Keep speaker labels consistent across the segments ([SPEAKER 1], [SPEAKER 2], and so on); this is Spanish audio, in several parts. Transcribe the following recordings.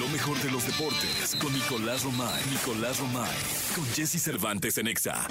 [SPEAKER 1] Lo mejor de los deportes con Nicolás Romay. Nicolás Romay. Con Jesse Cervantes en Exa.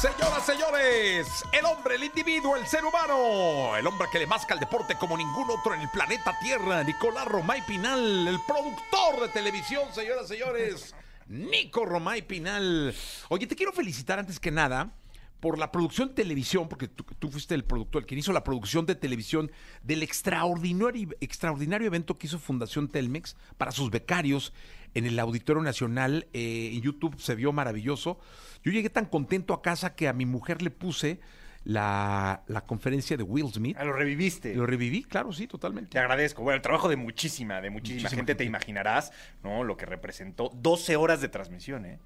[SPEAKER 2] Señoras, señores, el hombre, el individuo, el ser humano, el hombre que le masca el deporte como ningún otro en el planeta Tierra, Nicolás Romay Pinal, el productor de televisión, señoras, señores, Nico Romay Pinal. Oye, te quiero felicitar antes que nada por la producción de televisión, porque tú, tú fuiste el productor, el quien hizo la producción de televisión del extraordinario, extraordinario evento que hizo Fundación Telmex para sus becarios en el Auditorio Nacional. eh, en YouTube se vio maravilloso. Yo llegué tan contento a casa que a mi mujer le puse la, la conferencia de Will Smith.
[SPEAKER 3] Ah, Lo reviviste.
[SPEAKER 2] Lo reviví, claro, sí, totalmente.
[SPEAKER 3] Te agradezco. Bueno, el trabajo de muchísima, de muchísima,
[SPEAKER 2] Muchísima
[SPEAKER 3] gente, te imaginarás, ¿no? Lo que representó 12 horas de transmisión, ¿eh?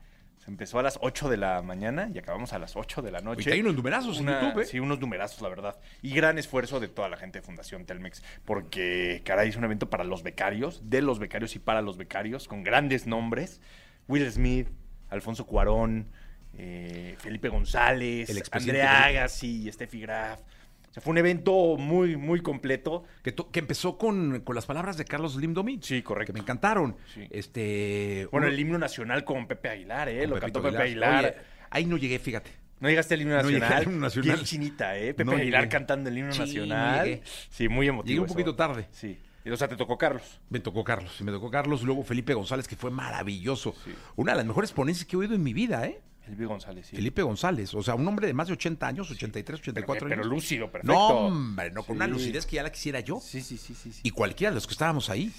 [SPEAKER 3] Se empezó a las 8 de la mañana y acabamos a las 8 de la noche.
[SPEAKER 2] Ahorita hay unos numerazos en YouTube, ¿eh?
[SPEAKER 3] Sí, unos numerazos, la verdad. Y gran esfuerzo de toda la gente de Fundación Telmex, porque, caray, es un evento para los becarios, de los becarios y para los becarios, con grandes nombres. Will Smith, Alfonso Cuarón, eh, Felipe González,
[SPEAKER 2] El expresidente
[SPEAKER 3] Andrea
[SPEAKER 2] Felipe-
[SPEAKER 3] Agassi, Steffi Graf. O sea, fue un evento muy, muy completo.
[SPEAKER 2] Que, to- que empezó con, con las palabras de Carlos Slim Domínguez.
[SPEAKER 3] Sí,
[SPEAKER 2] Que
[SPEAKER 3] correcto.
[SPEAKER 2] me encantaron.
[SPEAKER 3] Sí.
[SPEAKER 2] Este,
[SPEAKER 3] Bueno,
[SPEAKER 2] uno-
[SPEAKER 3] el himno nacional con Pepe Aguilar, ¿eh?
[SPEAKER 2] con
[SPEAKER 3] Lo
[SPEAKER 2] Pepito
[SPEAKER 3] cantó Pepe Aguilar.
[SPEAKER 2] Oye, ahí no llegué, fíjate.
[SPEAKER 3] No llegaste al himno
[SPEAKER 2] No llegué
[SPEAKER 3] nacional.
[SPEAKER 2] al himno nacional.
[SPEAKER 3] Bien chinita, ¿eh? Pepe
[SPEAKER 2] No
[SPEAKER 3] Aguilar
[SPEAKER 2] llegué.
[SPEAKER 3] cantando el himno
[SPEAKER 2] Sí, no
[SPEAKER 3] nacional.
[SPEAKER 2] llegué.
[SPEAKER 3] Sí, muy emotivo.
[SPEAKER 2] Llegué un
[SPEAKER 3] eso.
[SPEAKER 2] poquito tarde.
[SPEAKER 3] Sí. Y, O sea, te tocó Carlos.
[SPEAKER 2] Me tocó Carlos, y me tocó Carlos, luego Felipe González, que fue maravilloso.
[SPEAKER 3] Sí.
[SPEAKER 2] Una de las mejores ponencias que he oído en mi vida, ¿eh?
[SPEAKER 3] Felipe González, sí.
[SPEAKER 2] Felipe González, o sea, un hombre de más de 80 años, 83,
[SPEAKER 3] pero,
[SPEAKER 2] 84
[SPEAKER 3] pero
[SPEAKER 2] años.
[SPEAKER 3] lúcido, perfecto.
[SPEAKER 2] No, hombre, no, con una
[SPEAKER 3] Sí.
[SPEAKER 2] lucidez que ya la quisiera yo.
[SPEAKER 3] Sí, sí, sí, sí. sí.
[SPEAKER 2] Y cualquiera de los que estábamos ahí,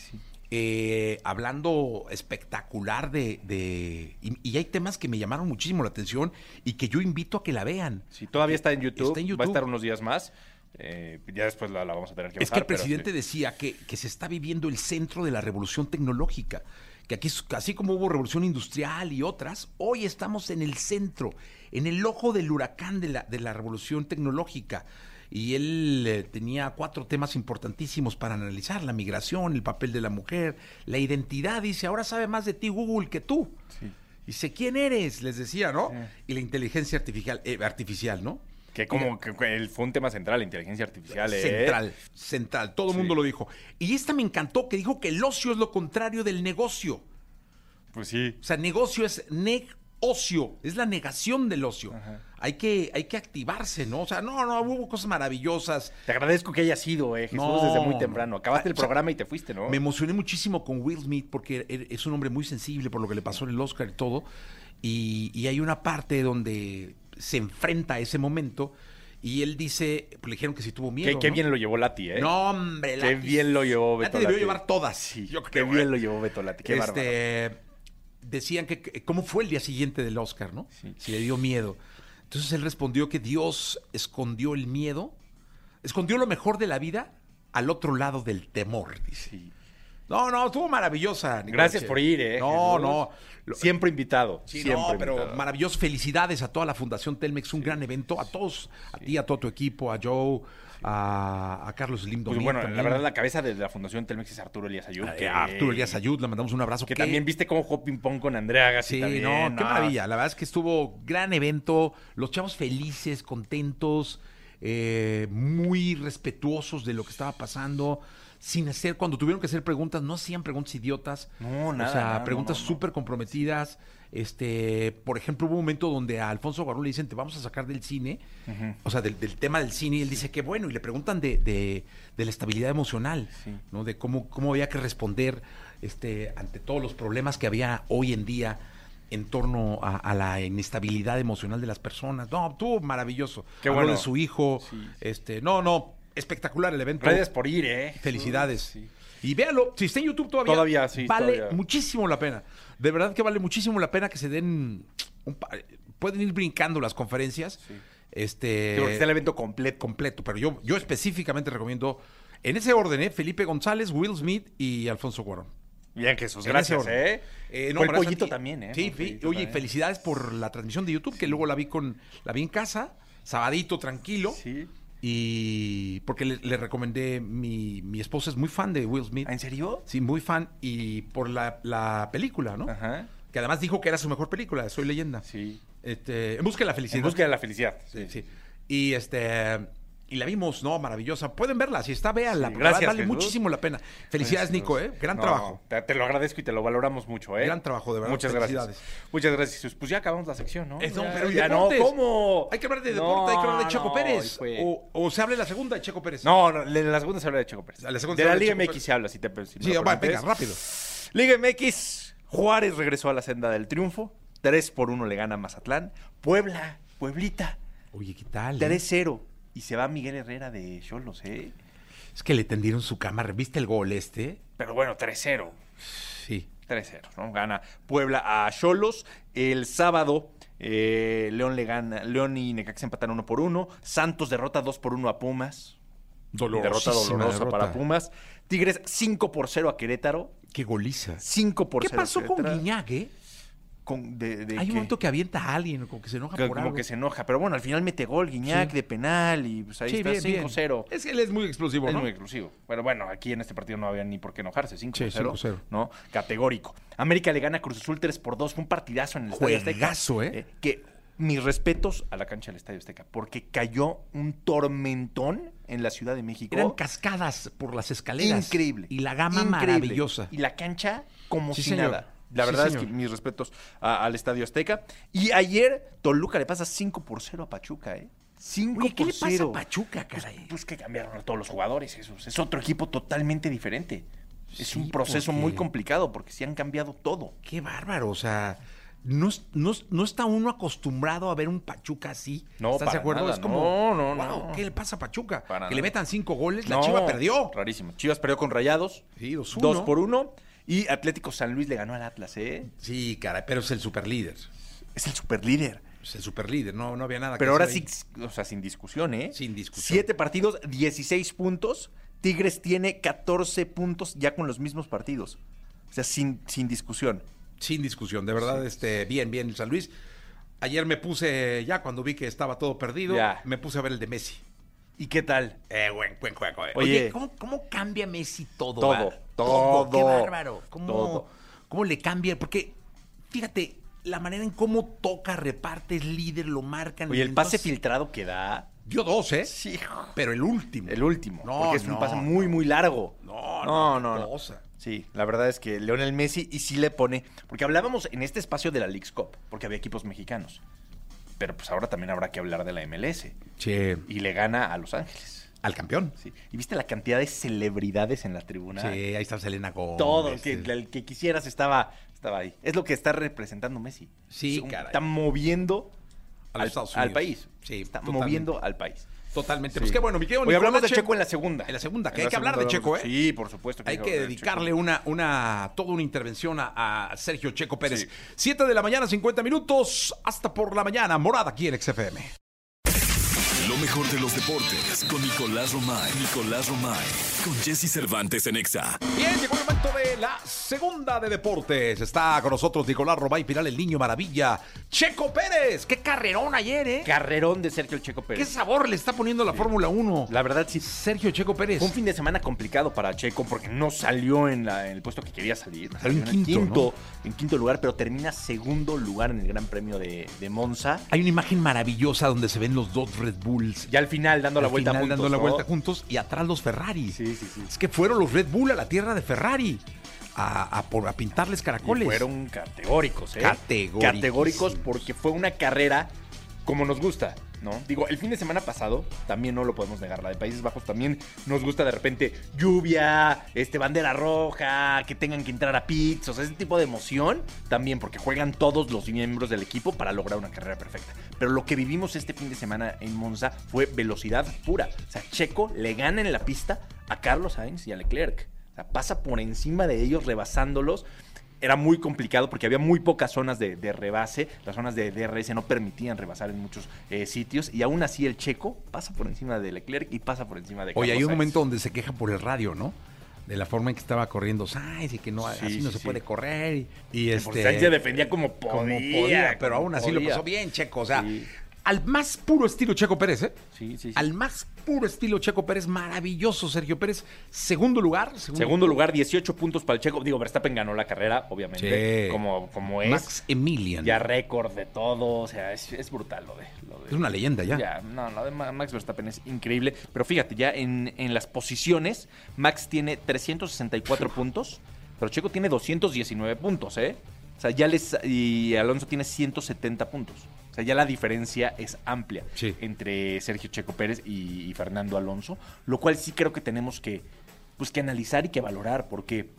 [SPEAKER 2] eh, hablando espectacular de... de- y, y hay temas que me llamaron muchísimo la atención y que yo invito a que la vean.
[SPEAKER 3] Sí, todavía está en, YouTube,
[SPEAKER 2] Está en
[SPEAKER 3] Va a
[SPEAKER 2] YouTube.
[SPEAKER 3] estar unos días más. Eh, ya después la, la vamos a tener que
[SPEAKER 2] Es que
[SPEAKER 3] bajar.
[SPEAKER 2] el
[SPEAKER 3] pero
[SPEAKER 2] presidente
[SPEAKER 3] sí.
[SPEAKER 2] decía que, que se está viviendo el centro de la revolución tecnológica, que aquí, es- así como hubo revolución industrial y otras, hoy estamos en el centro, en el ojo del huracán de la, de la revolución tecnológica. Y él eh, tenía cuatro temas importantísimos para analizar, la migración, el papel de la mujer, la identidad, dice, ahora sabe más de ti Google que tú.
[SPEAKER 3] Sí.
[SPEAKER 2] Dice, ¿quién eres? Les decía, ¿no?
[SPEAKER 3] Sí.
[SPEAKER 2] Y la inteligencia artificial, eh, artificial ¿no?
[SPEAKER 3] Que como que que el- fue un tema central, la inteligencia artificial, ¿eh?
[SPEAKER 2] Central, central. Todo el
[SPEAKER 3] Sí.
[SPEAKER 2] mundo lo dijo. Y esta me encantó que dijo que el ocio es lo contrario del negocio.
[SPEAKER 3] Pues sí.
[SPEAKER 2] O sea, negocio es neg ocio, es la negación del ocio.
[SPEAKER 3] Ajá.
[SPEAKER 2] Hay que, hay que activarse, ¿no? O sea, no, no, hubo cosas maravillosas.
[SPEAKER 3] Te agradezco que hayas ido, eh, Jesús,
[SPEAKER 2] No,
[SPEAKER 3] desde muy
[SPEAKER 2] no.
[SPEAKER 3] temprano. Acabaste el
[SPEAKER 2] O sea,
[SPEAKER 3] programa y te fuiste, ¿no?
[SPEAKER 2] Me emocioné muchísimo con Will Smith porque er- es un hombre muy sensible por lo que le pasó en el Oscar y todo. Y, y hay una parte donde se enfrenta a ese momento y él dice, pues, le dijeron que si tuvo miedo.
[SPEAKER 3] Qué, qué
[SPEAKER 2] ¿no?
[SPEAKER 3] bien lo llevó Lati, ¿eh?
[SPEAKER 2] No, hombre.
[SPEAKER 3] Qué bien lo llevó
[SPEAKER 2] Ya te
[SPEAKER 3] Beto
[SPEAKER 2] debió
[SPEAKER 3] Lati.
[SPEAKER 2] llevar todas.
[SPEAKER 3] Sí,
[SPEAKER 2] yo
[SPEAKER 3] qué
[SPEAKER 2] creo,
[SPEAKER 3] bien
[SPEAKER 2] ¿eh?
[SPEAKER 3] lo llevó Beto Lati. Qué bárbaro.
[SPEAKER 2] este, decían que, que- cómo fue el día siguiente del Oscar, ¿no?
[SPEAKER 3] Sí.
[SPEAKER 2] Si le dio miedo. Entonces él respondió que Dios escondió el miedo, escondió lo mejor de la vida al otro lado del temor, dice.
[SPEAKER 3] Sí.
[SPEAKER 2] No, no, estuvo maravillosa. Nicole
[SPEAKER 3] Gracias
[SPEAKER 2] Che.
[SPEAKER 3] por ir, ¿eh?
[SPEAKER 2] No,
[SPEAKER 3] Jesús?
[SPEAKER 2] no. Lo-
[SPEAKER 3] Siempre invitado.
[SPEAKER 2] Sí,
[SPEAKER 3] siempre
[SPEAKER 2] no, pero
[SPEAKER 3] invitado.
[SPEAKER 2] maravilloso. Felicidades a toda la Fundación Telmex, un gran evento. A todos, a ti, a todo tu equipo, a Joe, a, a Carlos Slim
[SPEAKER 3] Pues
[SPEAKER 2] Domínguez
[SPEAKER 3] bueno, la
[SPEAKER 2] también.
[SPEAKER 3] verdad, la cabeza de la Fundación Telmex es Arturo Elías Ayud.
[SPEAKER 2] A- A Arturo Elías Ayud, le mandamos un abrazo.
[SPEAKER 3] Que
[SPEAKER 2] Qué-
[SPEAKER 3] también viste cómo jugó ping-pong con Andrea Agassi
[SPEAKER 2] Sí,
[SPEAKER 3] también,
[SPEAKER 2] no, qué maravilla. La verdad es que estuvo gran evento. Los chavos felices, contentos, eh, muy respetuosos de lo que estaba pasando. Sin hacer, cuando tuvieron que hacer preguntas, no hacían preguntas idiotas.
[SPEAKER 3] No, nada,
[SPEAKER 2] O sea,
[SPEAKER 3] nada, no,
[SPEAKER 2] preguntas
[SPEAKER 3] no, no.
[SPEAKER 2] súper comprometidas. Este, por ejemplo, hubo un momento donde a Alfonso Garón le dicen, te vamos a sacar del cine. O sea, del, del tema del cine. Y él dice, qué bueno. Y le preguntan de, de- de la estabilidad emocional.
[SPEAKER 3] Sí.
[SPEAKER 2] ¿no? De cómo, cómo había que responder este, ante todos los problemas que había hoy en día en torno a, a la inestabilidad emocional de las personas. No, tú maravilloso.
[SPEAKER 3] Qué
[SPEAKER 2] Habló
[SPEAKER 3] bueno.
[SPEAKER 2] de su hijo.
[SPEAKER 3] Sí.
[SPEAKER 2] Este, no, no, espectacular el evento.
[SPEAKER 3] Gracias por ir, ¿eh? Jesús.
[SPEAKER 2] Felicidades.
[SPEAKER 3] Sí.
[SPEAKER 2] Y véalo, si está en YouTube todavía,
[SPEAKER 3] Todavía, sí,
[SPEAKER 2] vale
[SPEAKER 3] todavía.
[SPEAKER 2] muchísimo la pena. De verdad que vale muchísimo la pena que se den un pa- pueden ir brincando las conferencias.
[SPEAKER 3] Sí.
[SPEAKER 2] Este
[SPEAKER 3] Sí, porque está el evento completo.
[SPEAKER 2] completo, pero yo, yo específicamente recomiendo en ese orden, ¿eh? Felipe González, Will Smith y Alfonso Cuarón.
[SPEAKER 3] Bien, Jesús,
[SPEAKER 2] En
[SPEAKER 3] gracias,
[SPEAKER 2] ese orden.
[SPEAKER 3] ¿eh?
[SPEAKER 2] Eh, no,
[SPEAKER 3] Fue el
[SPEAKER 2] gracias a
[SPEAKER 3] pollito
[SPEAKER 2] ti.
[SPEAKER 3] también, ¿eh?
[SPEAKER 2] Sí,
[SPEAKER 3] Fue el
[SPEAKER 2] sí.
[SPEAKER 3] pollito
[SPEAKER 2] oye,
[SPEAKER 3] también.
[SPEAKER 2] felicidades por la transmisión de YouTube, que luego la vi con, la vi en casa, sabadito, tranquilo.
[SPEAKER 3] Sí.
[SPEAKER 2] Y porque le, le recomendé, mi, mi esposa es muy fan de Will Smith.
[SPEAKER 3] ¿Ah, ¿En serio?
[SPEAKER 2] Sí, muy fan. Y por la, la película, ¿no?
[SPEAKER 3] Ajá.
[SPEAKER 2] Que además dijo que era su mejor película, Soy Leyenda.
[SPEAKER 3] Sí.
[SPEAKER 2] Este, en busca de la
[SPEAKER 3] En
[SPEAKER 2] felicidad.
[SPEAKER 3] busca de la felicidad.
[SPEAKER 2] Sí, sí. Y este. y la vimos, ¿no? Maravillosa. Pueden verla, si está, véanla.
[SPEAKER 3] Sí,
[SPEAKER 2] porque
[SPEAKER 3] gracias,
[SPEAKER 2] vale
[SPEAKER 3] Jesús.
[SPEAKER 2] muchísimo la pena. Felicidades, Nico, ¿eh? Gran
[SPEAKER 3] No,
[SPEAKER 2] trabajo.
[SPEAKER 3] Te, te lo agradezco y te lo valoramos mucho, ¿eh?
[SPEAKER 2] Gran trabajo, de verdad.
[SPEAKER 3] Muchas gracias.
[SPEAKER 2] Felicidades.
[SPEAKER 3] Muchas gracias, Jesús. Pues ya acabamos la sección, ¿no?
[SPEAKER 2] Es- no,
[SPEAKER 3] ya,
[SPEAKER 2] pero
[SPEAKER 3] ya no,
[SPEAKER 2] deportes.
[SPEAKER 3] ¿cómo?
[SPEAKER 2] Hay que hablar de
[SPEAKER 3] No,
[SPEAKER 2] deporte, hay que hablar de Checo
[SPEAKER 3] no,
[SPEAKER 2] Pérez.
[SPEAKER 3] fue-
[SPEAKER 2] O, o se habla de la segunda de Checo Pérez.
[SPEAKER 3] No, no, de la segunda se habla de Checo Pérez.
[SPEAKER 2] A la segunda
[SPEAKER 3] de
[SPEAKER 2] se
[SPEAKER 3] la
[SPEAKER 2] habla de
[SPEAKER 3] Liga
[SPEAKER 2] Checo
[SPEAKER 3] MX
[SPEAKER 2] Pérez.
[SPEAKER 3] se habla, si te si me
[SPEAKER 2] Sí,
[SPEAKER 3] lo
[SPEAKER 2] va, venga,
[SPEAKER 3] permites.
[SPEAKER 2] rápido.
[SPEAKER 3] Liga MX, Juárez regresó a la senda del triunfo. 3 por 1 le gana a Mazatlán. Puebla, Pueblita,
[SPEAKER 2] Oye, ¿qué tal? eh?
[SPEAKER 3] 3-0. Y se va Miguel Herrera de Cholos, ¿eh?
[SPEAKER 2] Es que le tendieron su cama. ¿Viste el gol este?
[SPEAKER 3] Pero bueno, 3-0.
[SPEAKER 2] Sí.
[SPEAKER 3] 3-0, ¿no? Gana Puebla a Cholos. El sábado, eh, León le gana. León y Necaxa empatan 1 por 1. Santos derrota 2 por 1 a Pumas. Derrota dolorosa para Pumas. Tigres 5 por 0 a Querétaro.
[SPEAKER 2] Qué goliza.
[SPEAKER 3] 5 por
[SPEAKER 2] ¿Qué
[SPEAKER 3] 0 a
[SPEAKER 2] pasó con
[SPEAKER 3] Querétaro.
[SPEAKER 2] Guiñac, eh?
[SPEAKER 3] Con- de- de
[SPEAKER 2] Hay
[SPEAKER 3] que-
[SPEAKER 2] un momento que avienta a alguien, como que se enoja
[SPEAKER 3] que-
[SPEAKER 2] por
[SPEAKER 3] como
[SPEAKER 2] algo.
[SPEAKER 3] que se enoja. Pero bueno, al final mete gol Guiñac
[SPEAKER 2] Sí.
[SPEAKER 3] de penal y pues ahí
[SPEAKER 2] Sí,
[SPEAKER 3] está
[SPEAKER 2] bien, bien.
[SPEAKER 3] 5-0.
[SPEAKER 2] Es que él es muy explosivo,
[SPEAKER 3] Es
[SPEAKER 2] ¿no?
[SPEAKER 3] muy exclusivo. Pero bueno, aquí en este partido no había ni por qué enojarse. 5-0.
[SPEAKER 2] 5-0.
[SPEAKER 3] ¿No? Categórico. América le gana a Cruz Azul 3 por 2. Fue un partidazo en el Estadio Azteca.
[SPEAKER 2] Juegazo, ¿eh?
[SPEAKER 3] Que mis respetos a la cancha del Estadio Azteca. Porque cayó un tormentón en la Ciudad de México.
[SPEAKER 2] Eran cascadas por las escaleras.
[SPEAKER 3] Increíble.
[SPEAKER 2] Y la gama
[SPEAKER 3] Increíble.
[SPEAKER 2] maravillosa.
[SPEAKER 3] Y la cancha como
[SPEAKER 2] Sí,
[SPEAKER 3] si
[SPEAKER 2] señor.
[SPEAKER 3] nada. La
[SPEAKER 2] Sí,
[SPEAKER 3] verdad es
[SPEAKER 2] señor.
[SPEAKER 3] que mis respetos a- al Estadio Azteca. Y ayer Toluca le pasa 5 por 0 a Pachuca, ¿eh? 5
[SPEAKER 2] Oye, ¿qué le
[SPEAKER 3] por
[SPEAKER 2] pasa
[SPEAKER 3] 0.
[SPEAKER 2] a Pachuca, caray?
[SPEAKER 3] Pues, pues que cambiaron a todos los jugadores, Jesús. Es otro equipo totalmente diferente. Es
[SPEAKER 2] Sí, pues
[SPEAKER 3] un proceso
[SPEAKER 2] porque-
[SPEAKER 3] muy complicado porque se han cambiado todo.
[SPEAKER 2] Qué bárbaro, o sea, no, es- no es- no está uno acostumbrado a ver un Pachuca así.
[SPEAKER 3] No,
[SPEAKER 2] ¿Estás de
[SPEAKER 3] para
[SPEAKER 2] acuerdo?
[SPEAKER 3] nada,
[SPEAKER 2] es como,
[SPEAKER 3] no, no,
[SPEAKER 2] "Guau,
[SPEAKER 3] no".
[SPEAKER 2] ¿qué le pasa a Pachuca?
[SPEAKER 3] Para
[SPEAKER 2] que le
[SPEAKER 3] nada.
[SPEAKER 2] metan cinco goles, la
[SPEAKER 3] No,
[SPEAKER 2] Chiva perdió.
[SPEAKER 3] Rarísimo. Chivas perdió con Rayados.
[SPEAKER 2] Sí,
[SPEAKER 3] 2
[SPEAKER 2] 2-1.
[SPEAKER 3] por 1. Y Atlético San Luis le ganó al Atlas, ¿eh?
[SPEAKER 2] Sí, caray, pero es el superlíder.
[SPEAKER 3] Es el superlíder.
[SPEAKER 2] Es el superlíder, no, no había nada
[SPEAKER 3] Pero
[SPEAKER 2] Ah, que
[SPEAKER 3] ahora
[SPEAKER 2] hacer
[SPEAKER 3] sí,
[SPEAKER 2] ahí.
[SPEAKER 3] o sea, sin discusión, ¿eh?
[SPEAKER 2] Sin discusión.
[SPEAKER 3] Siete partidos, 16 puntos. Tigres tiene 14 puntos ya con los mismos partidos. O sea, sin, sin discusión.
[SPEAKER 2] Sin discusión, de verdad, este, bien, bien, el San Luis. Ayer me puse, ya cuando vi que estaba todo perdido,
[SPEAKER 3] Ya.
[SPEAKER 2] me puse a ver el de Messi.
[SPEAKER 3] ¿Y qué tal?
[SPEAKER 2] Eh, buen, buen juego, eh.
[SPEAKER 3] Oye,
[SPEAKER 2] ¿cómo, cómo cambia Messi todo?
[SPEAKER 3] Todo,
[SPEAKER 2] va?
[SPEAKER 3] todo,
[SPEAKER 2] Qué bárbaro. ¿Cómo,
[SPEAKER 3] todo.
[SPEAKER 2] ¿Cómo le cambia? Porque, fíjate, la manera en cómo toca, reparte, es líder, lo marcan.
[SPEAKER 3] Oye, el pase
[SPEAKER 2] entonces-
[SPEAKER 3] filtrado que da.
[SPEAKER 2] Dio dos, ¿eh?
[SPEAKER 3] Sí, hijo.
[SPEAKER 2] Pero el último.
[SPEAKER 3] El último.
[SPEAKER 2] No,
[SPEAKER 3] porque es un
[SPEAKER 2] no,
[SPEAKER 3] pase muy, muy largo.
[SPEAKER 2] No, no,
[SPEAKER 3] no,
[SPEAKER 2] qué
[SPEAKER 3] no. no.
[SPEAKER 2] cosa.
[SPEAKER 3] Sí, la verdad es que Leonel Messi y sí le pone. Porque hablábamos en este espacio de la League's Cup, porque había equipos mexicanos. Pero pues ahora también habrá que hablar de la MLS.
[SPEAKER 2] Che,
[SPEAKER 3] Y le gana a Los Ángeles.
[SPEAKER 2] al campeón.
[SPEAKER 3] Sí. ¿Y viste la cantidad de celebridades en la tribuna?
[SPEAKER 2] Sí, ahí está Selena Gómez.
[SPEAKER 3] Todo, el que,
[SPEAKER 2] este.
[SPEAKER 3] el que quisieras estaba, estaba ahí. Es lo que está representando Messi.
[SPEAKER 2] Sí,
[SPEAKER 3] Es un-
[SPEAKER 2] caray.
[SPEAKER 3] Está moviendo
[SPEAKER 2] A los
[SPEAKER 3] al,
[SPEAKER 2] Estados
[SPEAKER 3] al
[SPEAKER 2] Unidos.
[SPEAKER 3] país.
[SPEAKER 2] Sí,
[SPEAKER 3] está
[SPEAKER 2] totalmente.
[SPEAKER 3] moviendo al país.
[SPEAKER 2] Totalmente.
[SPEAKER 3] Sí.
[SPEAKER 2] Pues qué bueno, mi querido
[SPEAKER 3] Hoy hablamos de
[SPEAKER 2] Nicolache.
[SPEAKER 3] Checo en la segunda.
[SPEAKER 2] En la segunda, que
[SPEAKER 3] En
[SPEAKER 2] hay
[SPEAKER 3] la
[SPEAKER 2] que hablar de
[SPEAKER 3] segunda
[SPEAKER 2] Checo, ¿eh?
[SPEAKER 3] hablamos- Sí, por supuesto.
[SPEAKER 2] Hay que
[SPEAKER 3] hablar de Checo.
[SPEAKER 2] dedicarle una, una, toda una intervención a, a Sergio Checo Pérez.
[SPEAKER 3] Sí.
[SPEAKER 2] 7 de la mañana, 50 minutos, hasta por la mañana, morada aquí en XFM.
[SPEAKER 1] Lo mejor de los deportes con Nicolás Romay. Nicolás Romay. Con Jesse Cervantes en Exa.
[SPEAKER 2] Bien, llegó el momento de la segunda de deportes. Está con nosotros Nicolás Robay Piral, el niño maravilla. Checo Pérez, qué carrerón ayer, ¿eh?
[SPEAKER 3] Carrerón de Sergio Checo
[SPEAKER 2] Qué
[SPEAKER 3] Pérez.
[SPEAKER 2] sabor le está poniendo la Fórmula 1.
[SPEAKER 3] La verdad, sí.
[SPEAKER 2] Sergio Checo Pérez.
[SPEAKER 3] Fue un fin de semana complicado para Checo porque no salió en, la- en el puesto que quería salir.
[SPEAKER 2] Salió en
[SPEAKER 3] el
[SPEAKER 2] quinto,
[SPEAKER 3] en quinto lugar, pero termina segundo lugar en el Gran Premio de, de Monza.
[SPEAKER 2] Hay una imagen maravillosa donde se ven los dos Red Bulls.
[SPEAKER 3] Ya al final dando la
[SPEAKER 2] Al
[SPEAKER 3] vuelta
[SPEAKER 2] final
[SPEAKER 3] juntos,
[SPEAKER 2] dando la
[SPEAKER 3] ¿no?
[SPEAKER 2] vuelta juntos y atrás los Ferrari.
[SPEAKER 3] Sí, sí, sí.
[SPEAKER 2] Es que fueron los Red Bull a la tierra de Ferrari a, a por- a pintarles
[SPEAKER 3] Y
[SPEAKER 2] caracoles.
[SPEAKER 3] fueron categóricos, ¿eh?
[SPEAKER 2] Categoriquísimos.
[SPEAKER 3] Categóricos porque fue una carrera como nos gusta, ¿no? Digo, el fin de semana pasado también no lo podemos negar. La de Países Bajos también nos gusta de repente lluvia, este, bandera roja, que tengan que entrar a pits, o sea, ese tipo de emoción también porque juegan todos los miembros del equipo para lograr una carrera perfecta. Pero lo que vivimos este fin de semana en Monza fue velocidad pura. O sea, Checo le gana en la pista a Carlos Sainz y a Leclerc. O sea, pasa por encima de ellos, rebasándolos era muy complicado porque había muy pocas zonas de, de rebase. Las zonas de DRS no permitían rebasar en muchos eh, sitios. Y aún así el checo pasa por encima de Leclerc y pasa por encima de
[SPEAKER 2] Oye,
[SPEAKER 3] Carlos
[SPEAKER 2] hay un
[SPEAKER 3] Sainz.
[SPEAKER 2] momento donde se quejan por el radio, ¿no? De la forma en que estaba corriendo Sainz y que no,
[SPEAKER 3] Sí,
[SPEAKER 2] así no
[SPEAKER 3] sí,
[SPEAKER 2] se
[SPEAKER 3] sí.
[SPEAKER 2] puede correr. Y, y
[SPEAKER 3] Que
[SPEAKER 2] este,
[SPEAKER 3] Sainz se defendía como podía.
[SPEAKER 2] pero
[SPEAKER 3] como
[SPEAKER 2] aún así lo
[SPEAKER 3] podía.
[SPEAKER 2] pasó bien, Checo. O sea,
[SPEAKER 3] Sí.
[SPEAKER 2] al más puro estilo Checo Pérez, ¿eh?
[SPEAKER 3] Sí, sí, sí.
[SPEAKER 2] Al más puro estilo Checo Pérez, maravilloso Sergio Pérez. Segundo lugar, segundo,
[SPEAKER 3] Segundo lugar, 18 puntos para el Checo. Digo, Verstappen ganó la carrera, obviamente,
[SPEAKER 2] Sí.
[SPEAKER 3] como, como es.
[SPEAKER 2] Max Emilian.
[SPEAKER 3] pues. Ya récord de todo, o sea, es, es brutal lo de, lo de-
[SPEAKER 2] Es una leyenda ya.
[SPEAKER 3] Ya, no, lo de Ma- Max Verstappen es increíble. Pero fíjate, ya en, en las posiciones, Max tiene 364 puntos, pero Checo tiene 219 puntos, ¿eh? O sea, ya les. Y Alonso tiene 170 puntos. O sea, ya la diferencia es amplia
[SPEAKER 2] Sí.
[SPEAKER 3] entre Sergio Checo Pérez y, y Fernando Alonso, lo cual sí creo que tenemos que, pues, que analizar y que valorar, porque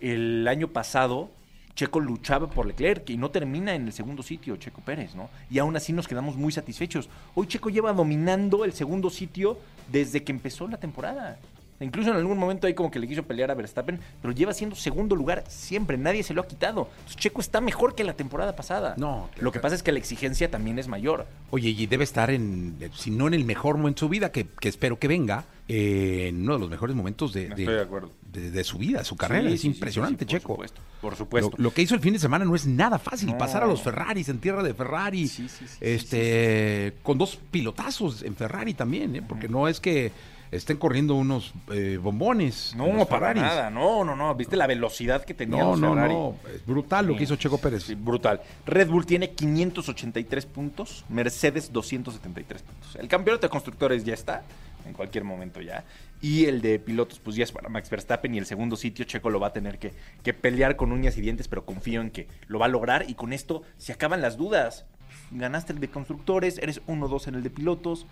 [SPEAKER 3] el año pasado Checo luchaba por Leclerc y no termina en el segundo sitio Checo Pérez, ¿no? Y aún así nos quedamos muy satisfechos. Hoy Checo lleva dominando el segundo sitio desde que empezó la temporada. Incluso en algún momento ahí como que le quiso pelear a Verstappen, pero lleva siendo segundo lugar siempre, nadie se lo ha quitado. Entonces, Checo está mejor que la temporada pasada.
[SPEAKER 2] No, claro.
[SPEAKER 3] Lo que pasa es que la exigencia también es mayor.
[SPEAKER 2] Oye, y debe estar en, eh, si no en el mejor momento de su vida, que, que espero que venga, eh, en uno de los mejores momentos de,
[SPEAKER 3] Estoy de acuerdo.
[SPEAKER 2] de- de su vida, su carrera.
[SPEAKER 3] Sí,
[SPEAKER 2] es
[SPEAKER 3] sí, sí,
[SPEAKER 2] impresionante,
[SPEAKER 3] sí, sí,
[SPEAKER 2] Checo.
[SPEAKER 3] Por supuesto. Por supuesto.
[SPEAKER 2] Lo, lo que hizo el fin de semana no es nada fácil.
[SPEAKER 3] No.
[SPEAKER 2] Pasar a los Ferraris en tierra de Ferrari.
[SPEAKER 3] Sí, sí, sí,
[SPEAKER 2] este, Con dos pilotazos en Ferrari también, ¿eh? porque no es que estén corriendo unos eh, bombones. en
[SPEAKER 3] no,
[SPEAKER 2] los
[SPEAKER 3] para
[SPEAKER 2] Ferraris.
[SPEAKER 3] nada. No, no, no. ¿Viste la velocidad que tenía
[SPEAKER 2] No,
[SPEAKER 3] los
[SPEAKER 2] no,
[SPEAKER 3] Ferrari?
[SPEAKER 2] no. pues. Es brutal lo que hizo Checo Pérez.
[SPEAKER 3] Sí, brutal. Red Bull tiene 583 puntos, Mercedes 273 puntos. El campeonato de constructores ya está, en cualquier momento ya. Y el de pilotos, pues ya es para Max Verstappen. Y el segundo sitio, Checo lo va a tener que, que pelear con uñas y dientes, pero confío en que lo va a lograr. Y con esto se acaban las dudas. Ganaste el de constructores, eres 1-2 en el de pilotos.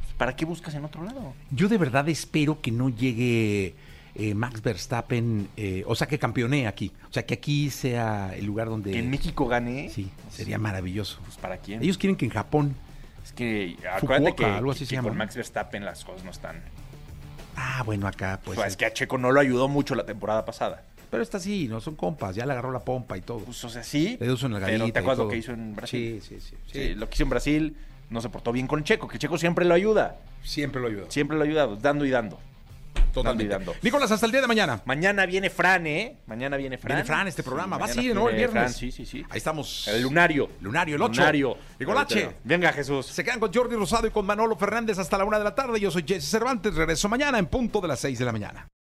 [SPEAKER 3] pues, ¿Para qué buscas en otro lado?
[SPEAKER 2] Yo de verdad espero que no llegue eh, Max Verstappen, eh, o sea, que campeonee aquí. O sea, que aquí sea el lugar donde...
[SPEAKER 3] Que en México gane.
[SPEAKER 2] Sí, sería maravilloso.
[SPEAKER 3] Pues para quién.
[SPEAKER 2] Ellos quieren que en Japón.
[SPEAKER 3] Es que acuérdate que,
[SPEAKER 2] algo así
[SPEAKER 3] que
[SPEAKER 2] se llama,
[SPEAKER 3] con
[SPEAKER 2] ¿no?
[SPEAKER 3] Max Verstappen las cosas no están.
[SPEAKER 2] Ah, bueno, acá pues...
[SPEAKER 3] o sea,
[SPEAKER 2] eh,
[SPEAKER 3] es que a Checo no lo ayudó mucho la temporada pasada.
[SPEAKER 2] Pero está así, no son compas, ya le agarró la pompa y todo.
[SPEAKER 3] Pues, o sea, sí.
[SPEAKER 2] Le dio en la
[SPEAKER 3] pero
[SPEAKER 2] gallita y
[SPEAKER 3] ¿te acuerdas lo
[SPEAKER 2] todo.
[SPEAKER 3] que hizo en Brasil?
[SPEAKER 2] Sí, sí, sí.
[SPEAKER 3] Sí,
[SPEAKER 2] sí.
[SPEAKER 3] lo que hizo en Brasil no se portó bien con Checo, que Checo siempre lo ayuda.
[SPEAKER 2] Siempre lo ayudó.
[SPEAKER 3] Siempre lo ha ayudado, dando y dando.
[SPEAKER 2] Totalmente.
[SPEAKER 3] dando y dando.
[SPEAKER 2] Nicolás, hasta el día de mañana.
[SPEAKER 3] Mañana viene Fran, ¿eh? Mañana viene Fran.
[SPEAKER 2] Viene Fran este
[SPEAKER 3] Sí,
[SPEAKER 2] programa. Va
[SPEAKER 3] mañana
[SPEAKER 2] así, ¿no? El
[SPEAKER 3] viene
[SPEAKER 2] viernes.
[SPEAKER 3] Fran, sí, sí, sí.
[SPEAKER 2] Ahí estamos.
[SPEAKER 3] El lunario.
[SPEAKER 2] Lunario, el ocho.
[SPEAKER 3] Lunario.
[SPEAKER 2] Nicolache.
[SPEAKER 3] Venga, Jesús.
[SPEAKER 2] Se quedan con Jordi Rosado y con Manolo Fernández hasta la una de la tarde. Yo soy Jesse Cervantes. Regreso mañana en punto de las seis de la mañana.